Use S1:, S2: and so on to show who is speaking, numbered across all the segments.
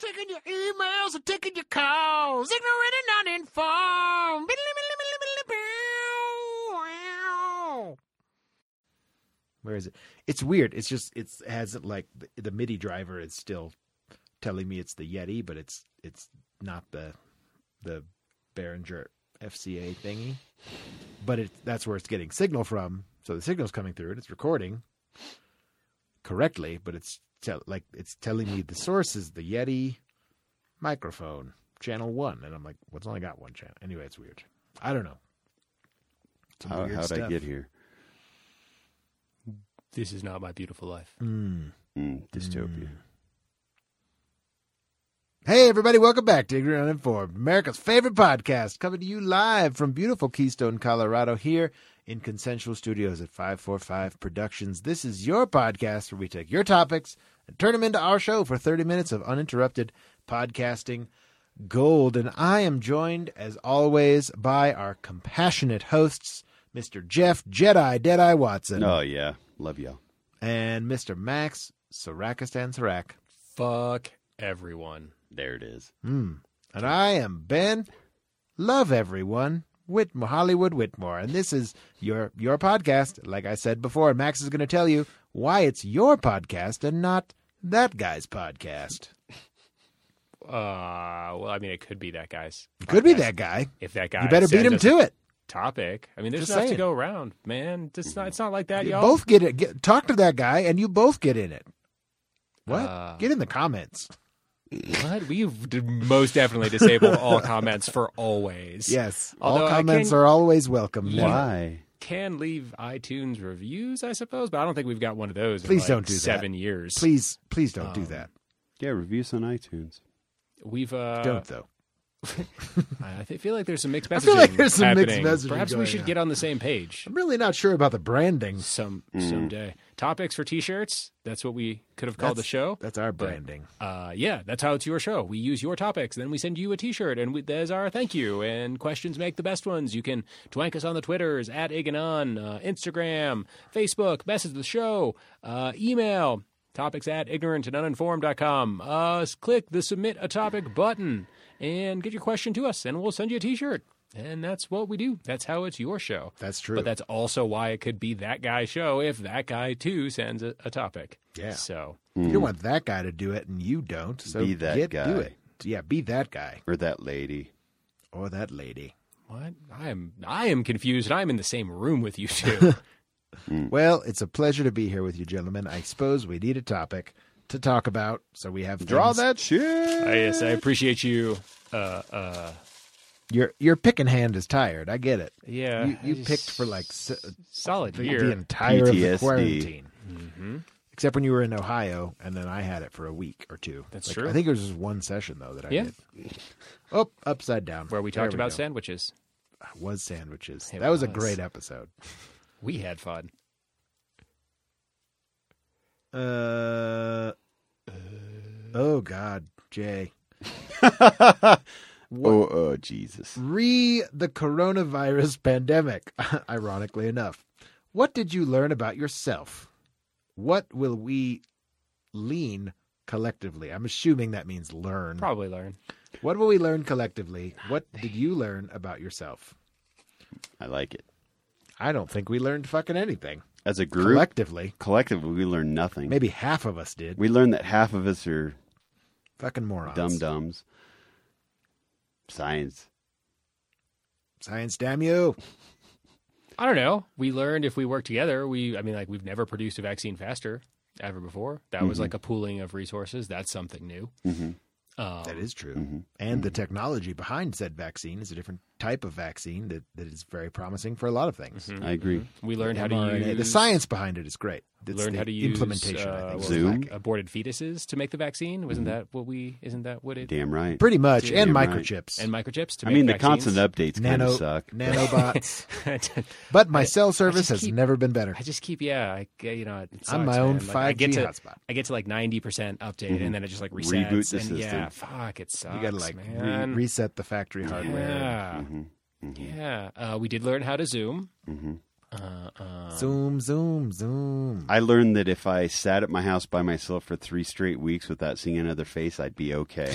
S1: Taking your emails and taking your calls. Ignorant and uninformed. Where is it? It's weird. It's just it's it has it like the, the MIDI driver is still telling me it's the Yeti, but it's it's not the the Behringer FCA thingy. But it that's where it's getting signal from. So the signal's coming through and it's recording correctly, but it's tell, like it's telling me the source is the Yeti microphone, channel one, and I'm like, what's only got one channel? Anyway, it's weird. I don't know. Some
S2: How,
S1: weird
S2: how'd I
S1: stuff.
S2: get here?
S3: This is not my beautiful life.
S1: Mm.
S2: Mm, dystopia.
S1: Hey, everybody, welcome back to Ignorant Uninformed, America's favorite podcast, coming to you live from beautiful Keystone, Colorado, here in Consensual Studios at 545 Productions. This is your podcast where we take your topics and turn them into our show for 30 minutes of uninterrupted podcasting gold. And I am joined, as always, by our compassionate hosts, Mr. Jeff Jedi Deadeye Watson
S2: Oh yeah, love y'all.
S1: and Mr. Max Sarakistan Sarak.
S3: Fuck everyone.
S2: There it is.
S1: Mm. And I am Ben. Love everyone. Whitmore, Hollywood Whitmore, and this is your your podcast. Like I said before, and Max is going to tell you why it's your podcast and not that guy's podcast.
S3: Uh, well, I mean, it could be that guy's.
S1: It could be
S3: podcast.
S1: that guy.
S3: If that guy.
S1: You better beat
S3: sends
S1: him
S3: us
S1: to it.
S3: a Topic. I mean, there's
S1: Just
S3: enough to
S1: saying.
S3: go around, man. It's not. It's not like that,
S1: You
S3: y'all.
S1: both get it. Get, talk to that guy, and you both get in it. What?
S3: Uh.
S1: get in the comments.
S3: What? We've d- most definitely disabled all comments for always.
S1: Yes, all
S3: Although I
S1: comments
S3: can-
S1: are always welcome.
S3: Yeah.
S1: Never-
S2: Why?
S3: Can leave iTunes reviews, I suppose, but I don't think we've got one of those. in
S1: Please
S3: like
S1: don't do that.
S3: seven years.
S1: Please, please don't do
S3: Um,
S1: that.
S2: Yeah, reviews on iTunes.
S3: We've. Uh,
S1: Don't though.
S3: I I feel like there's some mixed messaging.
S1: I feel like there's some mixed
S3: happening.
S1: messaging
S3: Perhaps we
S1: going
S3: should
S1: on. Mm.
S3: get on the same page.
S1: I'm really not sure about the branding.
S3: some
S2: Mm.
S3: someday. Topics for t-shirts. That's what we could have called the
S1: That's-
S3: show.
S1: That's our
S3: But-
S1: branding.
S3: Uh, yeah, that's how it's your show. We use your topics, then we send you a t-shirt, and we, there's our thank you. And questions make the best ones. You can twank us on the Twitters at Iganon, uh, Instagram, Facebook, message the show, uh, email topics at ignorant and uninformed.com. Uh, s- click the submit a topic button and get your question to us, and we'll send you a t-shirt. And that's what we do. That's how it's your show.
S1: That's true.
S3: But that's also why it could be that guy's show if that guy too sends a, a topic.
S1: Yeah.
S3: So
S1: You don't want that guy to do it, and you don't. So
S2: Be Hmm. that
S1: get,
S2: guy.
S1: Do it. Yeah, be that guy
S2: Or that lady.
S1: or that lady.
S3: what? I am I am confused and I'm in the same room with you two.
S2: Hmm.
S1: Well, it's a pleasure to be here with you, gentlemen. I suppose we need a topic to talk about, so we have
S2: Draw
S1: things-
S2: that
S1: Oh,
S2: shit.
S3: I, yes, I appreciate you. Uh, uh,
S1: Your your picking hand is tired. I get it.
S3: yeah.
S1: you
S3: Uh, I
S1: you
S3: just-
S1: picked for like s- uh,
S3: solid
S1: the,
S3: year.
S1: the entire of the
S2: PTSD.
S1: quarantine,
S3: Mm-hmm.
S1: except when you were in Ohio, and then I had it for a week or two.
S3: That's
S1: Like,
S3: true.
S1: I think it was just one session though that I
S3: Yeah.
S1: did. Oh, upside down.
S3: where we
S1: There
S3: talked about
S1: go.
S3: sandwiches.
S1: was sandwiches.
S3: It
S1: that was a
S3: was.
S1: great episode.
S3: We had fun.
S1: Uh, oh God, Jay.
S2: Oh, oh, Jesus.
S1: Re the coronavirus pandemic. Ironically enough, what did you learn about yourself? What will we lean collectively? I'm assuming that means learn.
S3: Probably learn.
S1: What will we learn collectively? What did you learn about yourself?
S2: I like it.
S1: I don't think we learned fucking anything
S2: As a group,
S1: collectively.
S2: collectively, we learned nothing.
S1: Maybe half of us did.
S2: We learned that half of us are
S1: fucking morons.
S2: dum dums. Science.
S1: Science, damn you.
S3: I don't know. We learned if we work together, we I mean like we've never produced a vaccine faster ever before. That
S1: Mm-hmm.
S3: was like a pooling of resources. That's something new.
S2: hmm
S3: Um,
S1: That is true.
S2: mm-hmm.
S1: And the
S3: Mm.
S1: technology behind said vaccine is a different type of vaccine that, that is very promising for a lot of things.
S2: I agree.
S1: Mm-hmm.
S3: we learned Mm-hmm. how to
S1: mRNA,
S3: use
S1: the science behind it is great. It's
S3: learn
S1: the
S3: how to use
S1: implementation.
S3: uh,
S1: I think. Mm-hmm.
S3: what
S1: is
S2: Zoom?
S1: lacking.
S3: aborted fetuses to make the vaccine. Wasn't that what we? Isn't that what it?
S2: Damn right.
S1: pretty much,
S3: Damn
S1: and
S2: right.
S1: microchips,
S3: And microchips to
S2: I
S3: make
S2: mean, the
S3: vaccines?
S2: constant updates kind
S1: nano
S2: of suck. but-
S1: nanobots.
S3: constant.
S1: but my cell service
S3: just
S1: has
S3: keep-
S1: never been better.
S3: I just keep yeah. I you know, it
S1: I'm
S3: sucks,
S1: my own
S3: man. Like, I
S1: 5G
S3: get to
S1: hotspot.
S3: I get to like ninety percent update, and then it just like
S2: Reboot
S3: resets.
S2: the
S3: and
S2: system.
S3: yeah, fuck, it sucks.
S1: You got to like re- Mm-hmm.
S3: man.
S1: Ah.
S2: Mm-hmm,
S1: reset the factory hardware.
S3: yeah, yeah. Uh, we did learn how to zoom. Uh, uh,
S1: zoom, zoom, zoom.
S2: I learned that if I sat at my house by myself for three straight weeks without seeing another face, I'd be okay.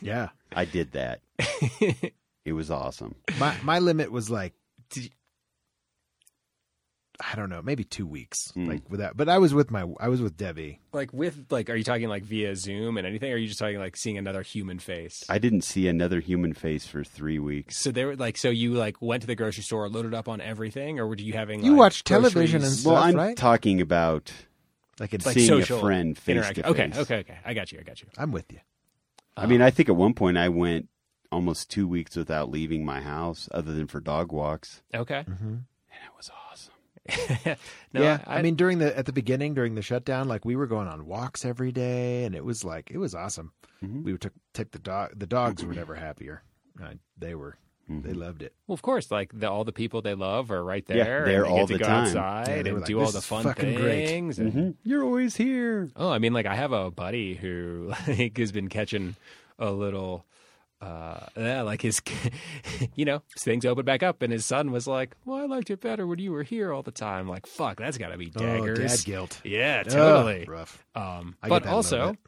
S1: yeah.
S2: I did that. It was awesome.
S1: My my limit was like t- I don't know, maybe 2 weeks.
S2: Mm.
S1: Like without but I was with my I was with Debbie.
S3: like with like, are you talking like via Zoom and anything? Or are you just talking like seeing another human face?
S2: I didn't see another human face for three weeks.
S3: so they were like, so you like went to the grocery store, loaded up on everything, or were you having
S1: You
S3: like,
S1: watch television
S3: groceries?
S1: and
S2: well,
S1: Stuff,
S2: I'm
S1: right?
S2: talking about
S1: Like it's
S3: Like
S2: seeing
S3: social
S2: a friend face to
S3: interaction? Okay,
S2: face.
S3: okay, okay. I got you. I got you.
S1: I'm with you.
S2: I mean, I think at one point I went almost two weeks without leaving my house, other than for dog walks,
S3: Okay.
S2: and it was awesome.
S3: No,
S1: yeah, I, mean during the at the beginning during the shutdown, like we were going on walks every day, and it was like it was awesome.
S2: Mhm.
S1: We took took the dog. The dogs were never happier. Uh, they were
S2: Mm-hmm.
S1: they loved it.
S3: Well, of course, like the, all the people they love are right there.
S2: Yeah,
S3: and
S2: there
S3: they
S2: all
S3: get to
S2: the
S3: go
S2: time.
S3: outside
S1: Yeah, they
S3: and
S1: were like,
S3: do all
S1: "This
S3: the
S1: is
S3: fun
S1: fucking great." Mm-hmm.
S3: things.
S2: Mm-hmm.
S3: and-
S2: You're always here.
S3: Oh, I mean, like I have a buddy who like has been catching a little, uh, yeah, like his, you know, things open back up, and his son was like, "Well, I liked it better when you were here all the time." Like, fuck, that's got to be daggers.
S1: Oh, dad guilt.
S3: yeah,
S1: Ugh,
S3: totally.
S1: rough.
S3: Um,
S1: I get
S3: but
S1: that a little
S3: also,
S1: bit.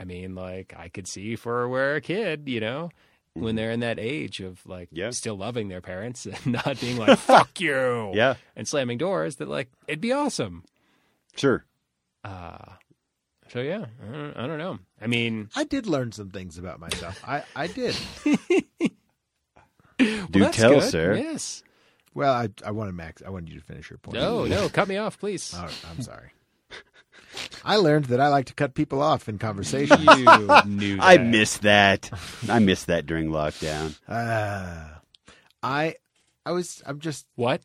S3: I mean, like I could see for where a kid, you know, when they're in that age of like
S2: Mm-hmm. Yeah.
S3: still loving their parents and not being like "fuck you"
S2: Yeah,
S3: and slamming doors, that like it'd be awesome.
S2: sure.
S3: Uh, so yeah, I don't, I don't know. I mean,
S1: I did learn some things about myself. I I did.
S3: well,
S2: Do
S3: that's
S2: tell,
S3: good.
S2: sir.
S3: Yes.
S1: Well, I I wanted Max. I wanted you to finish your point.
S3: No, no, cut me off, please.
S1: Oh, I'm sorry. I learned that I like to cut people off in conversation.
S3: you knew. That.
S2: I missed that. I missed that during lockdown.
S1: Ah. I I was I'm just
S3: what?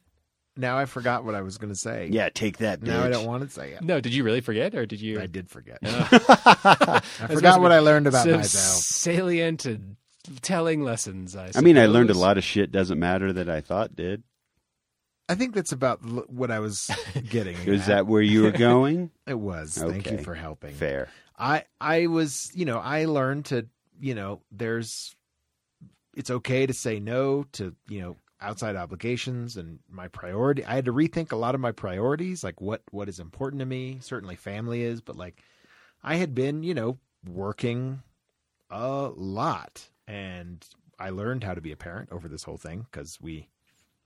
S1: now I forgot what I was going to say.
S2: Yeah, take that, bitch.
S1: Now I don't want to say it.
S3: No, did you really forget, or did you? Uh,
S1: I did forget. I
S3: That's
S1: forgot what
S3: must
S1: I learned
S3: be
S1: about
S3: some
S1: myself.
S3: salient and telling lessons. I,
S2: I mean, I learned a
S3: suppose.
S2: lot of shit. Doesn't matter that I thought did.
S1: I think that's about l- what I was getting.
S2: Is
S1: at.
S2: that where you were going?
S1: It was. Thank you
S2: Okay.
S1: for helping.
S2: Fair.
S1: I I was, you know, I learned to, you know, there's it's okay to say no to, you know, outside obligations and my priority. I had to rethink a lot of my priorities, like what what is important to me. Certainly family is, but like I had been, you know, working a lot and I learned how to be a parent over this whole thing cuz we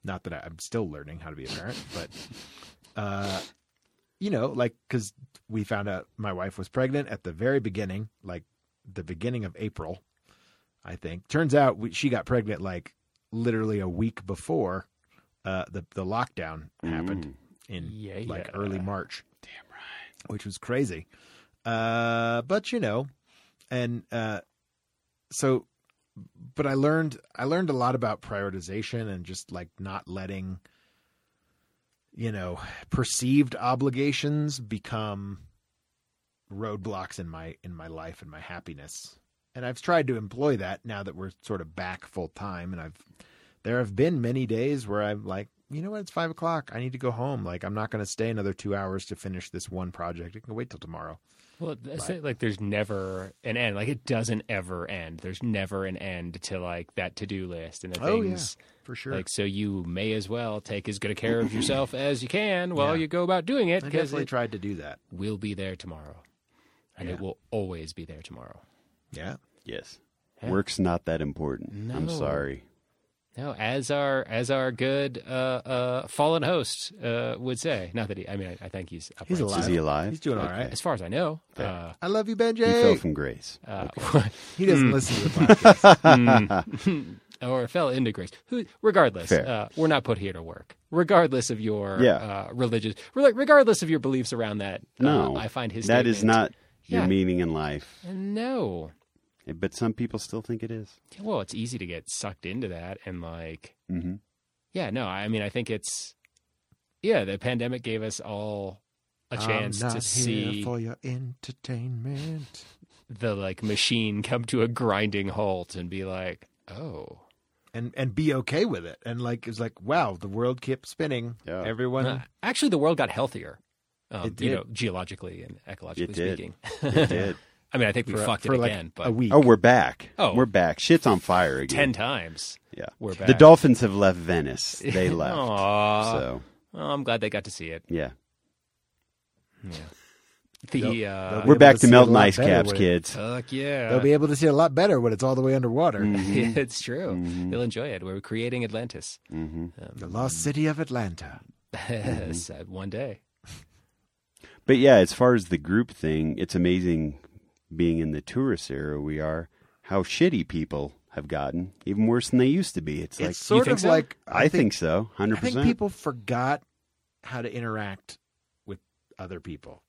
S1: not that I, I'm still learning how to be a parent, but uh you know, like cuz we found out my wife was pregnant at the very beginning, like the beginning of April, I think. Turns out we, she got pregnant like literally a week before uh, the the lockdown
S2: Mm.
S1: happened in
S3: Yeah.
S1: like early March. Damn right, which was crazy. Uh, but you know, and uh, so, but I learned I learned a lot about prioritization and just like not letting you know perceived obligations become roadblocks in my in my life and my happiness and i've tried to employ that now that we're sort of back full time and i've there have been many days where i'm like you know what it's five o'clock i need to go home like i'm not going to stay another two hours to finish this one project it can wait till tomorrow
S3: Well, that's it. like there's never an end. Like it doesn't ever end. There's never an end to like that to do list and the
S1: Oh, yeah.
S3: things.
S1: for sure
S3: Like so, you may as well take as good a care of yourself as you can while
S1: Yeah.
S3: you go about doing it
S1: i
S3: because
S1: definitely
S3: it
S1: tried to do that
S3: will be there tomorrow, and
S1: Yeah.
S3: it will always be there tomorrow.
S1: yeah
S2: Yes.
S3: Yeah.
S2: Work's not that important. I'm
S3: No.
S2: sorry.
S3: No, as our as our good uh, uh, fallen host uh, would say. Not that he. I mean, I, I think he's upright.
S1: He's
S2: Is
S1: alive.
S2: he alive?
S1: He's doing all
S2: Okay.
S1: right.
S3: As far as I know.
S2: Fair.
S3: Uh,
S1: i love you
S2: He fell
S1: benjay
S2: from grace.
S3: uh,
S1: he doesn't listen to the podcast
S3: Mm. or fell into grace. Who, regardless,
S2: Fair.
S3: uh, we're not put here to work. Regardless of your
S2: Yeah.
S3: uh, religious, re- regardless of your beliefs around that, uh,
S2: No,
S3: I find his
S2: That is
S3: statement-
S2: not your
S3: Yeah.
S2: meaning in life.
S3: no.
S2: But some people still think it is.
S3: Well, it's easy to get sucked into that, and like,
S2: Mm-hmm.
S3: yeah, no. I mean, I think it's yeah. The pandemic gave us all a chance
S1: I'm
S3: to
S1: not here
S3: see
S1: for your entertainment
S3: the like machine come to a grinding halt and be like, oh,
S1: and and be okay with it and like it's like wow the world kept spinning
S2: Yeah.
S1: everyone
S3: Uh, actually, the world got healthier. Um,
S1: It
S3: You
S1: did.
S3: know, geologically and ecologically
S2: It did.
S3: speaking.
S2: It did.
S3: I mean, I think we
S1: for,
S3: fucked
S1: for
S3: it
S1: like
S3: again,
S1: a
S3: but
S1: week
S2: Oh, we're back.
S3: Oh.
S2: We're back. Shit's on fire
S3: ten
S2: again.
S3: times.
S2: Yeah.
S3: We're back.
S2: The dolphins have left Venice. They left.
S3: Aw.
S2: So,
S3: Oh, I'm glad they got to see it.
S2: yeah.
S3: Yeah.
S1: They'll-
S3: The uh,
S1: they'll
S2: We're
S1: able
S2: back
S1: to
S2: to
S1: see
S2: melting
S1: a lot
S2: ice
S1: better
S2: caps,
S1: with-
S2: kids.
S3: fuck yeah.
S1: They'll be Mm-hmm. able to see a lot better when it's all the way underwater.
S3: Hmm.
S2: Mhm.
S3: it's true.
S2: Mhm.
S3: They'll enjoy it. We're creating Atlantis.
S2: Mhm.
S1: The lost Mm-hmm. city of Atlanta.
S3: Yes, uh, one day.
S2: But yeah, as far as the group thing, it's amazing being in the tourist era we are, how shitty people have gotten, even worse than they used to be.
S1: It's
S2: It's, like,
S1: sort
S3: think
S1: of
S3: so?
S1: like
S2: I think so,
S1: I
S2: 100%.
S1: think people forgot how to interact with other people.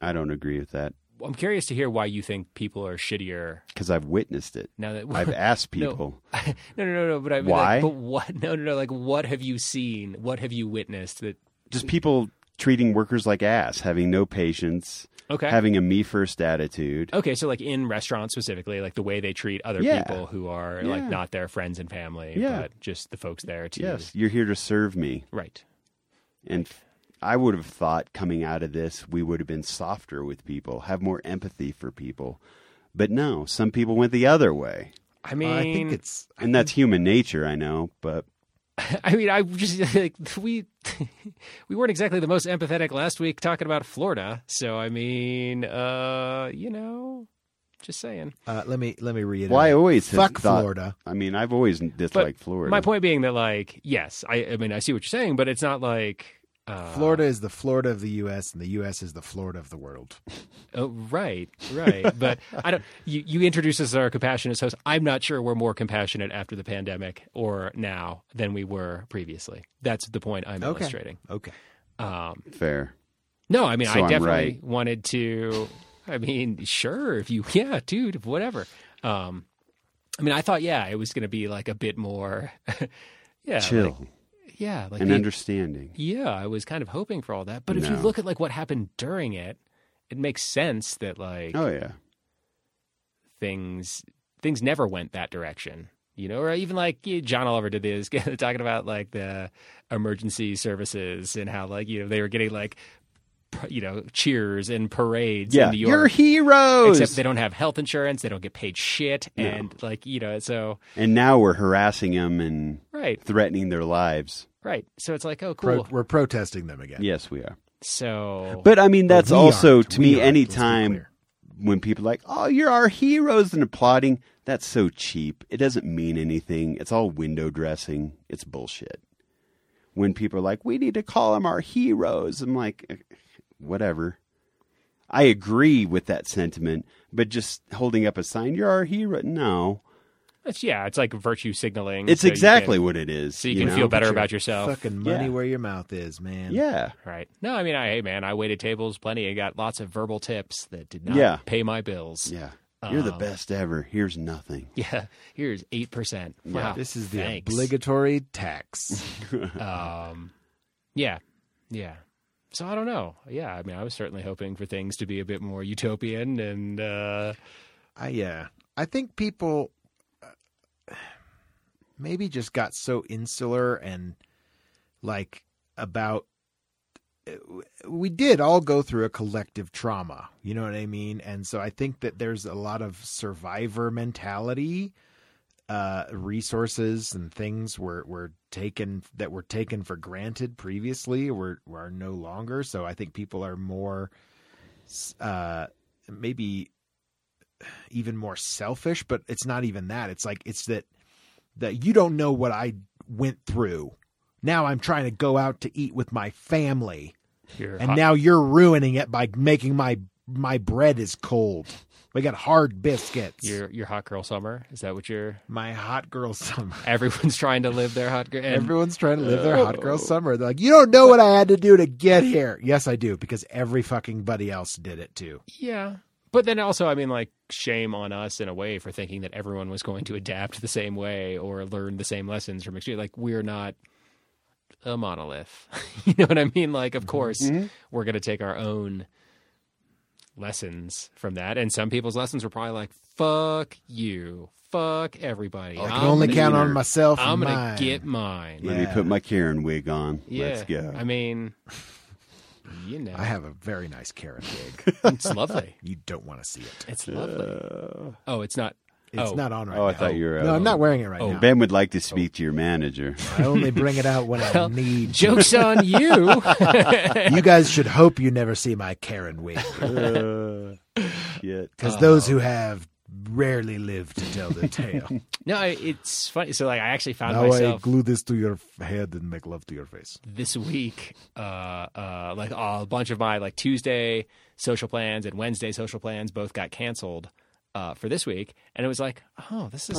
S2: I don't agree with that
S3: Well, I'm curious to hear why you think people are shittier
S2: because I've witnessed it.
S3: now that
S2: I've asked
S3: No.
S2: people.
S3: no, no, no, no. But I mean,
S2: Why?
S3: Like, but what? No, no, no. Like, what have you seen? What have you witnessed? That
S2: Just people treating workers like ass, having no patience,
S3: okay,
S2: having a me first attitude.
S3: okay. So, like in restaurants specifically, like the way they treat other
S2: Yeah.
S3: people who are
S2: Yeah.
S3: like not their friends and family,
S2: Yeah.
S3: but just the folks there to
S2: Yes, you're here to serve me.
S3: right.
S2: And I would have thought coming out of this, we would have been softer with people, have more empathy for people. But no, some people went the other way.
S3: I mean,
S1: Well, Uh, I think it's I
S2: And that's human nature, I know, but
S3: I mean, I just like we we weren't exactly the most empathetic last week talking about Florida. So, I mean, uh, you know, just saying.
S1: Uh, let me let me reiterate.
S2: well, I always have
S1: fuck
S2: thought-
S1: Florida?
S2: I mean, I've always disliked Florida.
S3: My point being that, like, yes, I, I mean, I see what you're saying, but it's not like uh,
S1: Florida is the Florida of the U.S. and the U.S. is the Florida of the world.
S3: Oh, right, right. but I don't. You, you introduced us as our compassionate host. I'm not sure we're more compassionate after the pandemic or now than we were previously. That's the point I'm
S1: Okay.
S3: illustrating.
S1: Okay,
S3: Um,
S2: Fair.
S3: no, I mean
S2: So
S3: I
S2: I'm
S3: definitely
S2: right.
S3: wanted to. I mean, sure, if you, yeah, dude, whatever. Um, I mean, I thought, yeah, it was going to be like a bit more, yeah, like-
S2: Chill
S3: yeah, like
S2: and
S3: the-
S2: understanding.
S3: yeah, I was kind of hoping for all that. But if you
S2: No.
S3: look at like what happened during it, it makes sense that like
S2: Oh, yeah.
S3: things things never went that direction. You know, or even like yeah, John Oliver did this, talking about like the emergency services and how like you know they were getting like p- you know cheers and parades
S2: Yeah.
S3: in New
S2: You're
S3: York.
S2: heroes.
S3: Except they don't have health insurance, they don't get paid shit,
S2: No.
S3: and like you know, so
S2: And now we're harassing them and
S3: right,
S2: threatening their lives.
S3: right. So it's like, oh,
S1: Pro-
S3: cool.
S1: we're protesting them again.
S2: Yes, we are.
S3: so,
S2: But I mean, that's
S1: We
S2: also
S1: aren't.
S2: to
S1: We
S2: me,
S1: aren't, let's be
S2: anytime
S1: clear.
S2: when people are like, "Oh, you're our heroes," and applauding, that's so cheap. It doesn't mean anything. It's all window dressing. It's bullshit. When people are like, "We need to call them our heroes," I'm like, "Eh, whatever. I agree with that sentiment, but just holding up a sign, "You're our hero," no,
S3: it's, yeah, it's like virtue signaling.
S2: it's
S3: so you can-
S2: exactly what it is.
S3: so you, can
S2: know?
S3: feel
S1: Put
S3: better
S1: your
S3: about yourself.
S1: Fucking money
S2: Yeah.
S1: where your mouth is, man.
S2: Yeah,
S3: Right. No, I mean, I, hey, man, I waited tables plenty and got lots of verbal tips that did not
S2: Yeah.
S3: pay my bills.
S2: yeah. You're the
S3: Um,
S2: best ever. Here's nothing.
S3: Yeah. Here's 8%. Wow.
S1: This is the
S3: Thanks.
S1: obligatory tax.
S3: Um, yeah. Yeah. So I don't know. Yeah. I mean, I was certainly hoping for things to be a bit more utopian and, uh,
S1: I yeah, I think people uh, maybe just got so insular and like about uh, we did all go through a collective trauma, you know what I mean? And so I think that there's a lot of survivor mentality uh resources and things were were taken that were taken for granted previously were are no longer so i think people are more s- uh maybe even more selfish, but it's not even that. It's like it's that that you don't know what I went through. Now I'm trying to go out to eat with my family,
S3: your
S1: and
S3: hot-
S1: now you're ruining it by making my my bread is cold. We got hard biscuits.
S3: your, your hot girl summer. Is that what you're,
S1: my hot girl summer.
S3: everyone's trying to live their hot girl? And, Oh.
S1: Everyone's trying to live their hot girl summer. They're like, you don't know what I had to do to get here. Yes, I do, because every fucking buddy else did it too.
S3: yeah. But then also, I mean, like, shame on us in a way for thinking that everyone was going to adapt the same way or learn the same lessons from experience. Like, we're not a monolith. you know what I mean? Like,
S1: Mm-hmm.
S3: of course, we're going to take our own lessons from that. And some people's lessons were probably like, fuck you, fuck everybody.
S1: I can
S3: I'm
S1: only
S3: gonna-
S1: count on
S2: meaner.
S1: myself. and
S3: I'm going
S1: mine.
S3: to get mine.
S2: Let me
S1: Yeah.
S2: put my Karen wig on.
S3: Yeah.
S2: Let's go.
S3: I mean, you know,
S1: I have a very nice carrot wig.
S3: it's lovely.
S1: you don't want to see it.
S3: It's lovely. oh, it's not.
S1: It's
S3: Oh.
S1: not on right
S2: Oh,
S1: now.
S2: I thought you were.
S1: No,
S2: uh,
S1: I'm not wearing it right
S3: Oh,
S1: now.
S2: Ben would like to speak to your manager.
S1: I only bring it out when I need. to.
S3: Jokes on you.
S1: You guys should hope you never see my Karen wig,
S2: uh, shit.
S1: because those
S3: Oh.
S1: who have rarely live to tell the tale.
S3: no, I- it's funny. So like, I actually found
S1: now I
S3: myself
S1: glue this to your f- head and make love to your face.
S3: this week, uh, uh, like a bunch of my like Tuesday social plans and Wednesday social plans both got canceled uh, for this week, and it was like, oh, this is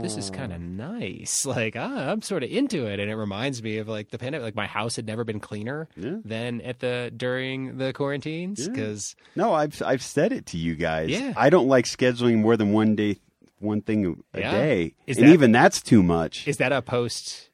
S3: this is
S2: Oh.
S3: kind of nice. Like ah, I'm sort of into it, and it reminds me of like the pandemic. Like my house had never been cleaner
S2: Yeah.
S3: than at the during the quarantines
S2: Yeah.
S3: because
S2: No, I've I've said it to you guys.
S3: Yeah.
S2: I don't like scheduling more than one day, one thing a
S3: Yeah.
S2: day,
S3: Is
S2: and
S3: that-
S2: even that's too much.
S3: is that a post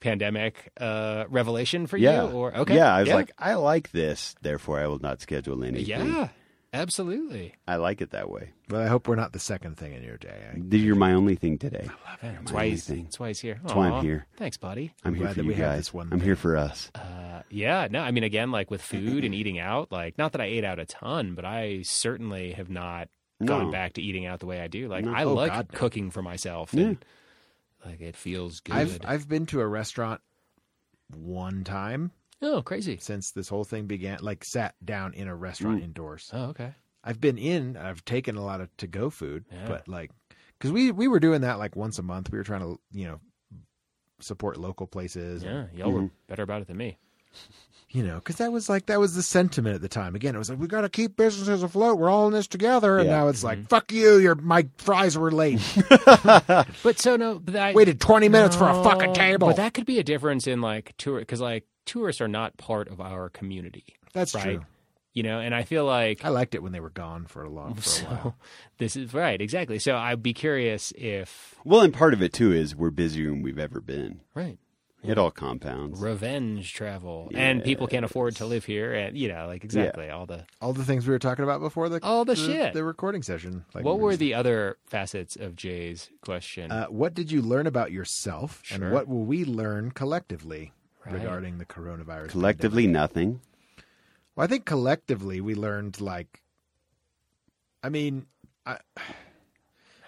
S3: pandemic uh, revelation for
S2: yeah.
S3: you? Or okay,
S2: Yeah. I was like, I like this, therefore I will not schedule anything.
S3: yeah, absolutely.
S2: I like it that way.
S1: Well, I hope we're not the second thing in your day. I-
S2: You're my only thing today.
S3: Man, that's
S2: my
S3: why
S2: only
S3: he's
S2: thing.
S3: that's why he's here.
S2: That's why I'm
S3: Aw,
S2: here.
S3: Thanks, buddy.
S2: I'm here
S1: glad
S2: for
S1: that
S2: you
S1: we have
S2: guys.
S1: this one
S2: I'm
S1: thing.
S2: here for us.
S3: Uh, yeah, no, I mean, again, like with food and eating out, like not that I ate out a ton, but I certainly have not
S2: No.
S3: gone back to eating out the way I do. Like
S2: No.
S3: I
S1: Oh,
S3: like
S1: God, no.
S3: cooking for myself,
S2: Yeah.
S3: and like it feels good.
S1: I've I've been to a restaurant one time
S3: oh, crazy.
S1: since this whole thing began. Like sat down in a restaurant indoors.
S3: Oh, okay.
S1: I've been in. I've taken a lot of to go food,
S3: Yeah.
S1: but like because we we were doing that like once a month. We were trying to you know support local places.
S3: Yeah, y'all
S1: Mm-hmm.
S3: were better about it than me.
S1: You know, because that was like that was the sentiment at the time. Again, it was like we got to keep businesses afloat. We're all in this together. And
S2: Yeah.
S1: now it's
S3: Mm-hmm.
S1: like fuck you. Your my fries were late.
S3: But so no, but I
S1: Waited twenty minutes for a
S3: No,
S1: fucking table.
S3: But that could be a difference in like tour because like tourists are not part of our community,
S1: That's
S3: right?
S1: true.
S3: You know, and I feel like
S1: I liked it when they were gone for a long Oh, for a while.
S3: so this is right exactly. So I'd be curious if
S2: Well, and part of it too is we're busier than we've ever been.
S3: right
S2: It all compounds.
S3: revenge travel and people can't afford to live here and you know like exactly all the
S1: all the things we were talking about before the
S3: All the
S1: the,
S3: shit.
S1: the recording session. Like,
S3: what were the other facets of Jay's question?
S1: Uh, what did you learn about yourself,
S3: Sure.
S1: and what will we learn collectively
S3: Right.
S1: regarding the coronavirus? pandemic?
S2: Collectively, nothing.
S1: well, I think collectively we learned like, I mean,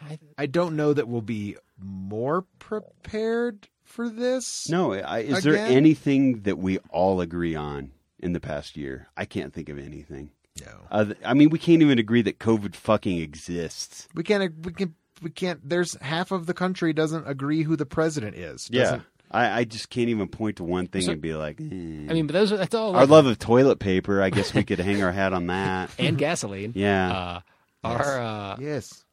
S3: I,
S1: I don't know that we'll be more prepared for this.
S2: No, I, is there
S1: Again?
S2: anything that we all agree on in the past year? I can't think of anything.
S1: no,
S2: Uh, th- I mean, we can't even agree that COVID fucking exists.
S1: we can't. We can. We can't. There's half of the country doesn't agree who the president is. doesn't-
S2: I, I just can't even point to one thing
S3: So-
S2: and be like, eh.
S3: I mean, but those are that's all.
S2: our
S3: like-
S2: love of toilet paper. I guess we could hang our hat on that.
S3: and gasoline.
S2: Yeah,
S3: Uh, are uh,
S1: Yes.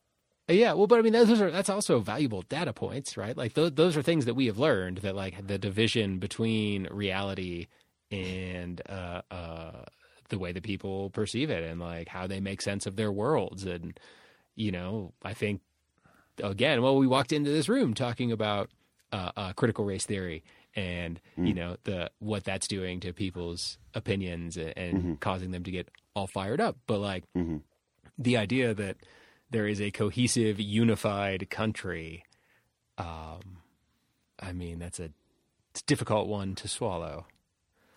S3: Yeah, well, but I mean, those those are that's also valuable data points, right? Like those those are things that we have learned that like the division between reality and uh, uh, the way that people perceive it and like how they make sense of their worlds, and you know, I think again, well, we walked into this room talking about uh, uh, critical race theory and you know the what that's doing to people's opinions and, and causing them to get all fired up, but like
S2: Mm-hmm.
S3: the idea that there is a cohesive, unified country. Um, I mean, that's a it's a difficult one to swallow.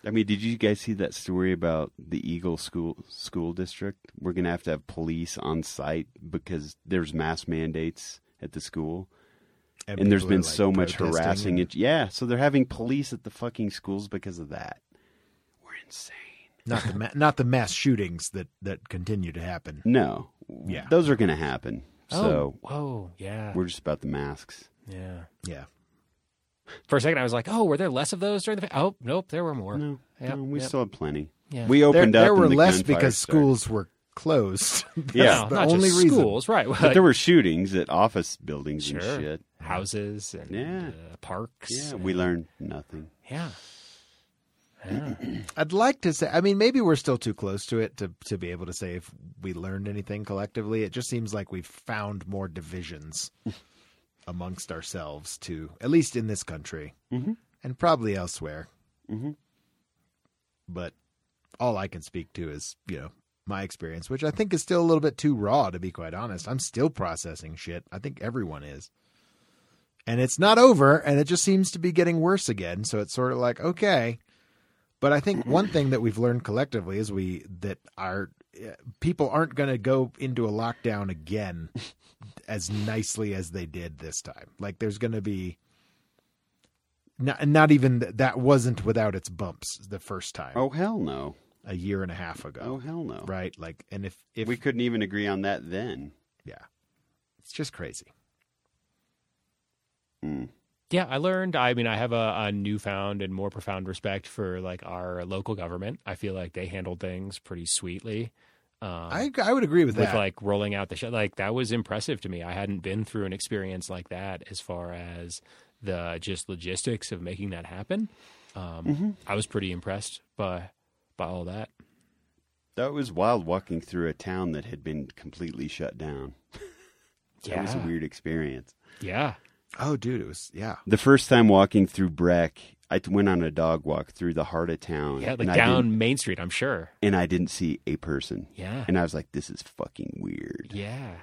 S2: I mean, did you guys see that story about the Eagle School School District? We're gonna have to have police on site because there's mask mandates at the school, and, there's
S1: people
S2: been
S1: are, like,
S2: so much
S1: protesting
S2: harassing.
S1: and-
S2: It. Yeah, so they're having police at the fucking schools because of that. We're insane.
S1: not the ma- not the mass shootings that that continue to happen.
S2: No,
S1: Yeah.
S2: those are gonna happen. So
S3: oh, whoa, yeah,
S2: we're just about the masks.
S3: yeah.
S1: Yeah,
S3: For a second, I was like, oh, were there less of those during the? Fa- oh, nope, there were more.
S2: No,
S3: Yep,
S2: no, we
S3: yep.
S2: still have plenty.
S3: Yeah.
S2: We
S1: there,
S2: opened up.
S1: there
S2: and
S1: were
S2: the
S1: less
S2: gunfire
S1: because
S2: started.
S1: schools were closed. That's
S2: Yeah.
S3: no,
S1: the
S3: not
S1: only
S3: just
S1: reason.
S3: schools, right?
S2: But there were shootings at office buildings
S3: Sure.
S2: and shit.
S3: houses and
S2: Yeah.
S3: uh, parks.
S2: Yeah, we learned nothing.
S3: yeah. Yeah.
S1: I'd like to say. I mean, maybe we're still too close to it to to be able to say if we learned anything collectively. It just seems like we've found more divisions amongst ourselves, to at least in this country,
S2: Mhm.
S1: and probably elsewhere.
S2: Mhm.
S1: But all I can speak to is you know my experience, which I think is still a little bit too raw to be quite honest. I'm still processing shit. I think everyone is. And it's not over, and it just seems to be getting worse again. So it's sort of like, okay, but I think one thing that we've learned collectively is we that our uh, people aren't going to go into a lockdown again as nicely as they did this time. Like there's going to be not not even that wasn't without its bumps the first time
S2: Oh hell no.
S1: a year and a half
S2: Oh
S1: ago,
S2: hell no.
S1: right? Like and if if
S2: we couldn't even agree on that then.
S1: yeah. It's just crazy.
S3: Yeah, I learned. I mean, I have a, a newfound and more profound respect for like our local government. I feel like they handled things pretty sweetly. Um,
S1: I I would agree with
S3: with
S1: that.
S3: like rolling out the show, like that was impressive to me. I hadn't been through an experience like that as far as the just logistics of making that happen. Um,
S1: Mm-hmm.
S2: Mm.
S3: I was pretty impressed by by all that.
S2: That was wild walking through a town that had been completely shut down. That was a
S3: Yeah.
S2: weird experience.
S3: Yeah,
S1: oh dude, it was yeah.
S2: The first time walking through Breck, I t- went on a dog walk through the heart of town.
S3: yeah,
S2: and
S3: like
S2: I didn't-
S3: down Main Street. I'm sure.
S2: and I didn't see a person.
S3: Yeah,
S2: And I was like, this is fucking weird.
S3: yeah,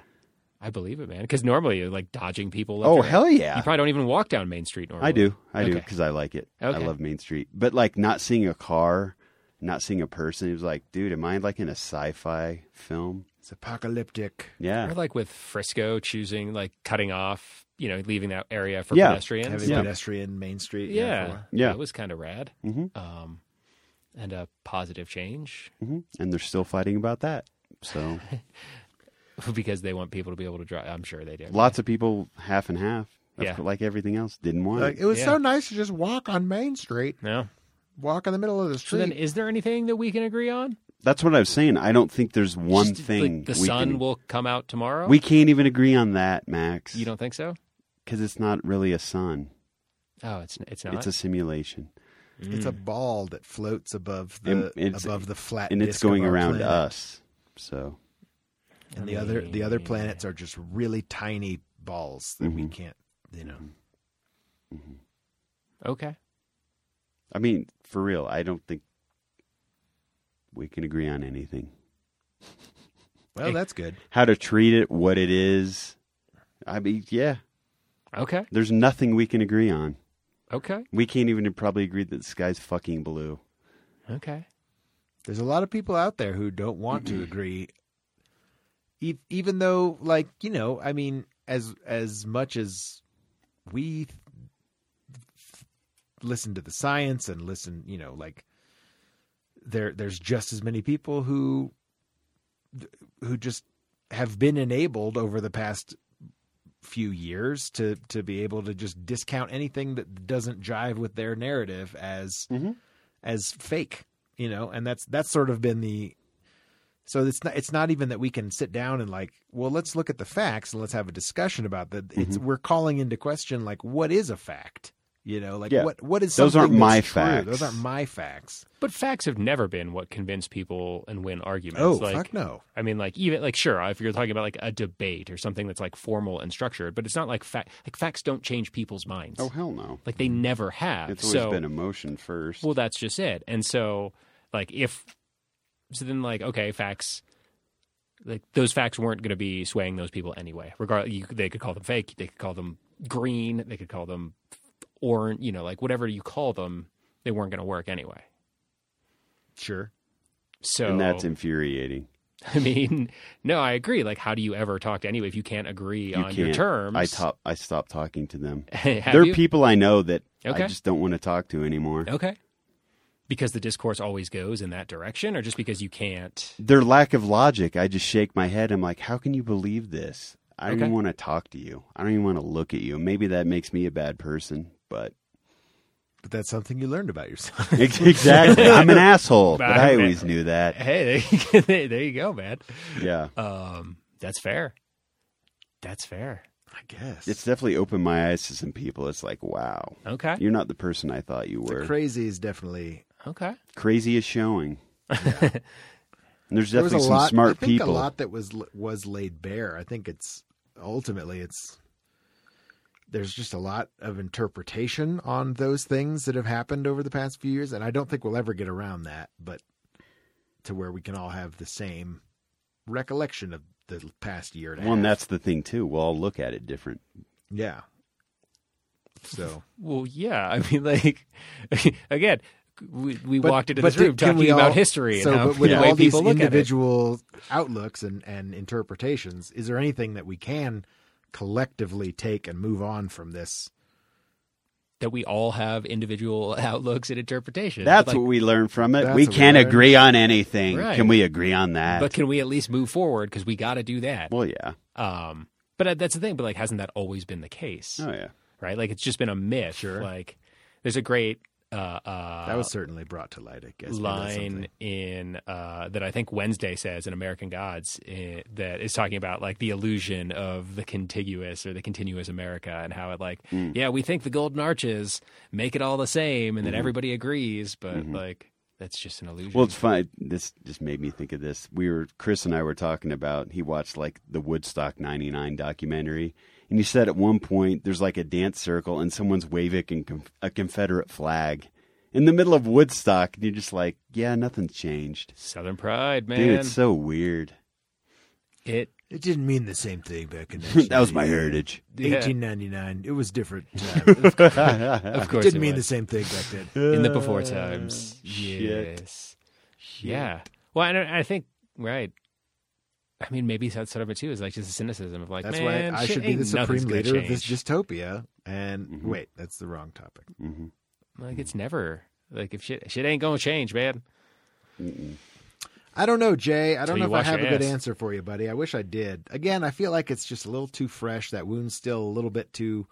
S3: I believe it, man. Because normally you're like dodging people. left
S2: Oh,
S3: and right.
S2: hell yeah.
S3: You probably don't even walk down Main Street normally.
S2: I do. I do
S3: Okay.
S2: because I like it. I
S3: Okay.
S2: love Main Street. But like not seeing a car, not seeing a person, it was like, dude, am I like in a sci fi film?
S1: It's apocalyptic.
S2: Yeah.
S3: Or like with Frisco choosing like cutting off, you know, leaving that area for
S2: Yeah.
S3: pedestrians.
S1: Having
S2: Yeah.
S1: pedestrian Main Street.
S3: Yeah.
S2: Yeah.
S3: That was kind of rad.
S2: Mhm.
S3: Um, and a positive change
S2: hmm And they're still fighting about that. So
S3: because they want people to be able to drive. I'm sure they do.
S2: lots of people, half and half,
S3: Yeah.
S2: like everything else, didn't want
S1: Like
S2: it.
S1: it was
S3: Yeah.
S1: so nice to just walk on Main Street,
S3: No.
S1: walk in the middle of the
S3: So
S1: street.
S3: then, is there anything that we can agree on?
S2: That's what I was saying. I don't think there's one
S3: Just,
S2: thing
S3: like, the
S2: we
S3: sun
S2: can,
S3: will come out tomorrow.
S2: We can't even agree on that, Max.
S3: you don't think so?
S2: because it's not really a sun.
S3: Oh, it's it's not.
S2: It's a simulation,
S1: It's a ball that floats above
S2: And
S1: the
S2: it's-
S1: above the flat,
S2: and it's
S1: disc of
S2: going
S1: our
S2: around
S1: planet.
S2: uh, us. So
S1: And the other the other planets are just really tiny balls that
S2: Mm-hmm.
S1: we can't, you know.
S3: okay.
S2: I mean, for real, I don't think we can agree on anything.
S1: Well,
S3: Hey.
S1: that's good.
S2: How to treat it, what it is. I mean, yeah,
S3: Okay.
S2: there's nothing we can agree on.
S3: Okay.
S2: We can't even probably agree that the sky's fucking blue.
S3: Okay.
S1: There's a lot of people out there who don't want to agree, e- even though, like you know, I mean, as as much as we th- listen to the science and listen, you know, like there there's just as many people who who just have been enabled over the past few years to to be able to just discount anything that doesn't jive with their narrative as
S2: Mm-hmm.
S1: as fake you know and that's that's sort of been the so it's not it's not even that we can sit down and like well let's look at the facts and let's have a discussion about that it's
S2: Mm-hmm.
S1: we're calling into question like what is a fact you know like
S2: Yeah.
S1: what what is
S2: Those aren't
S1: something
S2: my
S1: that's true?
S2: facts.
S1: those aren't my facts
S3: But facts have never been what convince people and win arguments.
S1: oh
S3: like,
S1: fuck no
S3: I mean, like even like sure, if you're talking about like a debate or something that's like formal and structured, but it's not like fact. Like facts don't change people's minds.
S2: Oh hell no!
S3: like they never have.
S2: It's always
S3: so
S2: been emotion first.
S3: well, that's just it. And so like if so, then like okay, facts. Like those facts weren't going to be swaying those people anyway. Regardless, you, they could call them fake. They could call them green. They could call them orange. You know, like whatever you call them, they weren't going to work anyway.
S1: sure
S3: So
S2: and that's infuriating.
S3: I mean, no, I agree. Like, how do you ever talk to anyone if you can't agree
S2: You
S3: on
S2: can't.
S3: your terms?
S2: I top. I stopped talking to them.
S3: Have
S2: there are
S3: you?
S2: people I know that I
S3: Okay.
S2: just don't want to talk to anymore.
S3: Okay. Because the discourse always goes in that direction, or just because you can't?
S2: Their lack of logic, I just shake my head. I'm like, how can you believe this? I don't
S3: Okay.
S2: even want to talk to you. I don't even want to look at you. Maybe that makes me a bad person, but
S1: but that's something you learned about yourself
S2: exactly, I'm an asshole. But
S3: But
S2: I
S3: I'm-
S2: always knew that.
S3: Hey, there there you go, man.
S2: Yeah,
S3: Um, that's fair. That's fair.
S1: i guess
S2: it's definitely opened my eyes to some people. It's like, wow,
S3: Okay.
S2: you're not the person I thought you
S1: the
S2: were.
S1: crazy is definitely
S3: Okay.
S2: Crazy is showing. And there's
S1: there was
S2: definitely
S1: a
S2: some
S1: lot
S2: smart
S1: I think
S2: people.
S1: a lot that was was laid bare i think it's ultimately it's there's just a lot of interpretation on those things that have happened over the past few years and i don't think we'll ever get around that but to where we can all have the same recollection of the past year and a
S2: Well, and
S1: half.
S2: that's the thing too. We'll all look at it different.
S1: yeah so
S3: Well, yeah. I mean, like again, we, we
S1: But-
S3: walked into
S1: but
S3: this room
S1: can we
S3: talking about
S1: all-
S3: history
S1: So,
S3: and how
S1: but with
S3: the
S1: all
S3: way
S1: these
S3: people look at it.
S1: individual outlooks and, and interpretations, is there anything that we can collectively take and move on from this.
S3: that we all have individual outlooks and interpretations.
S2: That's
S3: Like,
S2: what we learn from it.
S1: That's
S2: We
S1: what we
S2: can't
S1: learn.
S2: agree on anything.
S3: Right.
S2: Can we agree on that?
S3: But can we at least move forward? Because we got to do that.
S2: well, yeah.
S3: Um, but that's the thing. But like, hasn't that always been the case?
S2: Oh, yeah.
S3: Right? Like, it's just been a myth.
S1: Sure.
S3: Like, there's a great uh, uh,
S1: That was certainly brought to light, I guess. but that's
S3: line
S1: something.
S3: in uh, that I think Wednesday says in American Gods eh, that is talking about like the illusion of the contiguous or the continuous America and how it like
S2: Mm.
S3: yeah we think the golden arches make it all the same and that
S2: Mhm.
S3: everybody agrees but
S2: Mhm.
S3: like that's just an illusion.
S2: Well, it's fine. This just made me think of this. We were Chris and I were talking about. He watched like the Woodstock '99 documentary, and he said at one point there's like a dance circle, and someone's waving a con- a Confederate flag in the middle of Woodstock, and you're just like, yeah, nothing's changed,
S3: Southern pride, man.
S2: dude. It's so weird.
S3: it
S1: It didn't mean the same thing back in
S2: that was my heritage.
S3: yeah,
S1: 1899. It was different. time.
S2: Mm-hmm.
S3: of
S1: it
S3: course
S1: didn't
S3: it
S1: mean the
S3: was.
S1: same thing back then.
S3: in the before times.
S2: shit.
S3: Yes. Yeah. Well, I, don't- I think right. I mean, maybe that's sort of it too. Is like just the cynicism of like,
S1: That's
S3: man,
S1: why I
S3: shit
S1: should be
S3: ain't
S1: the
S3: nothing's
S1: supreme
S3: gonna
S1: leader of this
S3: change.
S1: dystopia. And
S2: Mhm.
S1: wait, that's the wrong topic.
S2: Mm-hmm.
S3: Like it's never like if shit shit ain't gonna change, man.
S1: I don't know, Jay. I
S3: Till
S1: don't
S3: you
S1: know if
S3: wash
S1: I have a
S3: your
S1: good
S3: ass.
S1: answer for you, buddy. I wish I did. Again, I feel like it's just a little too fresh. That wound's still a little bit too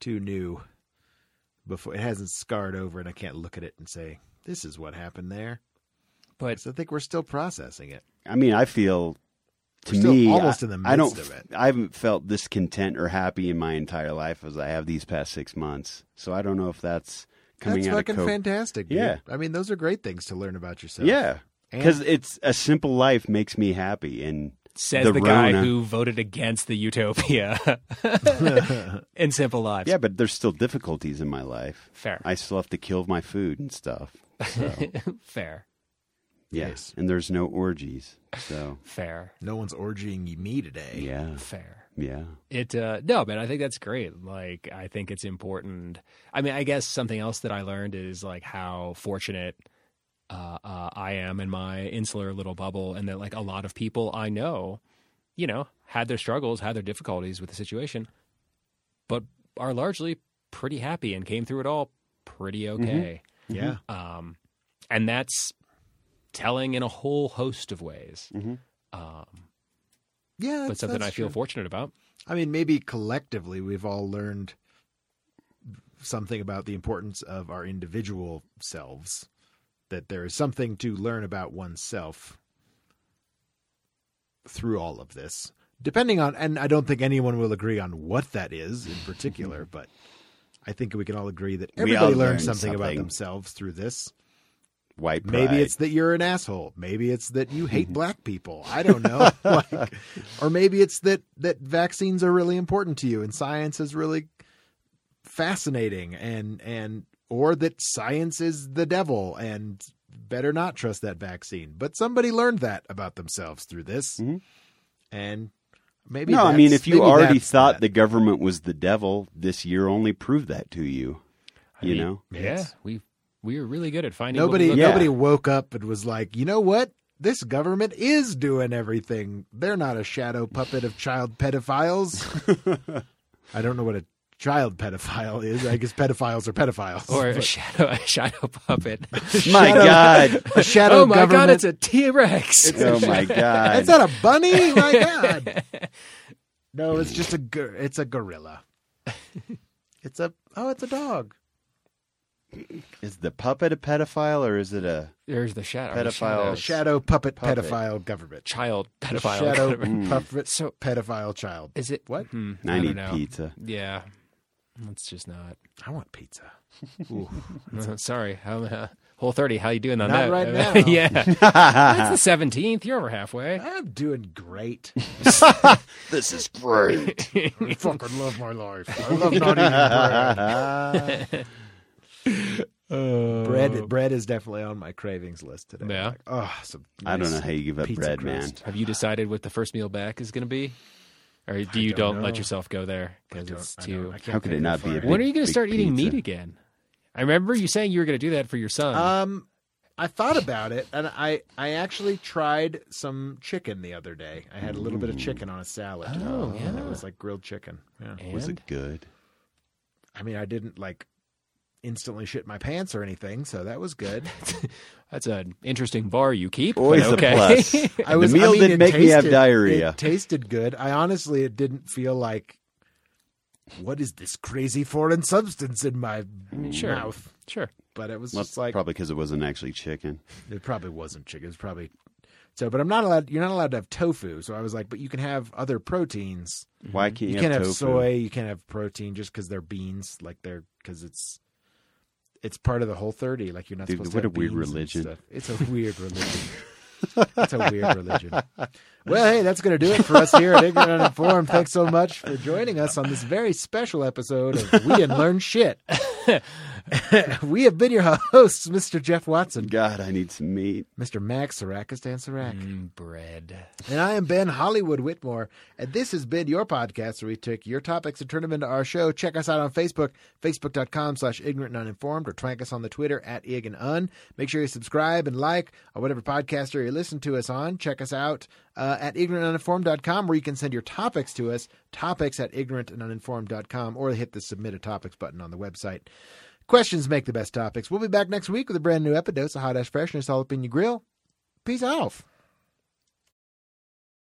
S1: too new. Before it hasn't scarred over, and I can't look at it and say this is what happened there.
S3: But
S1: So I think we're still processing it.
S2: I mean, I feel to
S1: We're still
S2: me
S1: almost
S2: I,
S1: in the
S2: I don't.
S1: midst of it.
S2: I haven't felt this content or happy in my entire life as I have these past six months. So I don't know if that's coming
S1: That's
S2: out
S1: fucking
S2: of COVID.
S1: fantastic. Dude.
S2: Yeah.
S1: I mean, those are great things to learn about yourself.
S2: Yeah,
S1: And-
S2: because it's a simple life makes me happy, and
S3: says
S2: The
S3: the, guy
S2: Rona.
S3: who voted against the utopia in Simple Lives.
S2: yeah, but there's still difficulties in my life.
S3: Fair.
S2: I still have to kill my food and stuff. So
S3: Fair.
S2: yes,
S1: Yes.
S2: and there's no orgies. So
S3: Fair.
S1: no one's orgying me today.
S2: yeah,
S3: Fair.
S2: yeah,
S3: It uh no, man, I think that's great. Like I think it's important. I mean, I guess something else that I learned is like how fortunate uh, uh I am in my insular little bubble and that like a lot of people I know, you know, had their struggles, had their difficulties with the situation, but are largely pretty happy and came through it all pretty okay.
S1: Yeah.
S3: Um and that's telling in a whole host of ways.
S2: Mhm.
S3: Um
S1: Yeah.
S3: but
S1: that's-
S3: something
S1: that's
S3: I feel
S1: true.
S3: fortunate about.
S1: I mean, maybe collectively we've all learned something about the importance of our individual selves, that there is something to learn about oneself through all of this. Depending on, and I don't think anyone will agree on what that is in particular, but I think we can all agree that
S2: We all
S1: everybody learns
S2: learned
S1: something, about
S2: something.
S1: themselves through this.
S2: white. Pride.
S1: Maybe it's that you're an asshole. Maybe it's that you hate black people. I don't know. like, or maybe it's that that vaccines are really important to you and science is really fascinating and and or that science is the devil and better not trust that vaccine. But somebody learned that about themselves through this.
S2: Mhm.
S1: And maybe
S2: no. I
S1: that's-
S2: mean, if you
S1: maybe
S2: already
S1: that's
S2: thought the
S1: that.
S2: government was the devil, this year only proved that to you.
S3: I
S2: You
S3: mean,
S2: know?
S3: Yeah,
S1: Yes.
S3: we we are really good at finding
S1: nobody
S3: What we
S2: Yeah.
S3: look
S1: nobody woke up and was like, you know what? This government is doing everything. They're not a shadow puppet of child pedophiles. I don't know what a child pedophile is. I guess pedophiles are pedophiles.
S3: Or a shadow, a shadow puppet.
S2: My God.
S1: a shadow
S3: oh my
S1: government.
S3: god, it's a T Rex.
S2: Oh my god!
S1: Is that a bunny? My God! No, it's just a gor- it's a gorilla. It's a oh, it's a dog.
S2: Is the puppet a pedophile or is it a?
S3: There's the shadow.
S2: Pedophile.
S3: the shadow.
S1: A shadow puppet,
S2: Puppet.
S1: pedophile government.
S3: child pedophile.
S1: shadow
S3: government. Mm.
S1: puppet
S3: So-
S1: pedophile child.
S3: Is it
S1: What?
S3: Hmm, I
S2: I
S3: don't
S2: need
S3: know.
S2: pizza.
S3: Yeah, that's just not.
S1: I want pizza.
S3: Sorry, how whole thirty? How you doing on
S1: Not
S3: that?
S1: right now.
S3: yeah, that's the seventeenth. You're over halfway.
S1: I'm doing great.
S2: This is great.
S1: I fucking love my life. I love not eating bread. bread. Bread is definitely on my cravings list today.
S3: Yeah?
S1: Like, oh, some
S2: I don't
S1: nice
S2: know how you give up
S1: pizza
S2: bread,
S1: crust.
S3: Have you decided what the first meal back is going to be, or do you
S1: don't
S3: don't, let
S1: know.
S3: yourself go there because
S1: Don't-
S3: it's
S1: I
S3: too?
S1: don't- I can't
S2: How could
S1: think
S2: it not
S1: of the
S2: be a
S1: fire.
S2: big-
S3: When are you going to
S2: big
S3: start eating meat
S2: pizza. Uh,
S3: again? I remember you saying you were going to do that for your son.
S1: Um, I thought about it, and I I actually tried some chicken the other day. I had a little bit of chicken on a salad.
S3: Oh,
S1: and
S3: yeah. Eh.
S1: it was like grilled chicken. Yeah.
S2: Was
S3: And-
S2: it good?
S1: I mean, I didn't like instantly shit my pants or anything, so that was good.
S3: That's an interesting bar you keep. but
S2: Always
S3: okay.
S2: a plus.
S1: I was
S2: the meal
S1: I mean,
S2: didn't
S1: it
S2: make me have
S1: tasted-
S2: diarrhea.
S1: It tasted good. I honestly, it didn't feel like what is this crazy foreign substance in my
S3: Sure.
S1: mouth.
S3: sure.
S1: But it was
S2: Well,
S1: just like
S2: probably because it wasn't actually chicken.
S1: It probably wasn't chicken. It was probably so. But I'm not allowed. You're not allowed to have tofu. So I was like, but you can have other proteins.
S2: Why can't you,
S1: Mm-hmm. You, can't have,
S2: tofu?
S1: soy. You can't have protein just because they're beans. Like they're because it's it's part of the whole thirty. Like you're not
S2: Dude,
S1: supposed
S2: what
S1: to.
S2: a
S1: have
S2: weird
S1: beans and
S2: religion.
S1: stuff. It's a weird religion. it's a weird religion. Well, hey, that's going to do it for us here at Ignorant and Informed. Thanks so much for joining us on this very special episode of We Didn't Learn Shit. we have been your hosts, Mr. Jeff Watson.
S2: God, I need some meat.
S1: Mr. Max Sarakistan Sarak.
S3: Mm, bread.
S1: And I am Ben Hollywood Whitmore, and this has been your podcast where we take your topics and turn them into our show. Check us out on Facebook, facebook.com slash ignorant and uninformed, or twank us on the Twitter at ig and un. Make sure you subscribe and like on whatever podcaster you listen to us on. Check us out uh, at ignorantanduninformed.com where you can send your topics to us, topics at ignorantanduninformed.com, or hit the submit a topics button on the website. Questions make the best topics. We'll be back next week with a brand new episode of Hot Ash Freshness All Up in Your Grill. Peace out.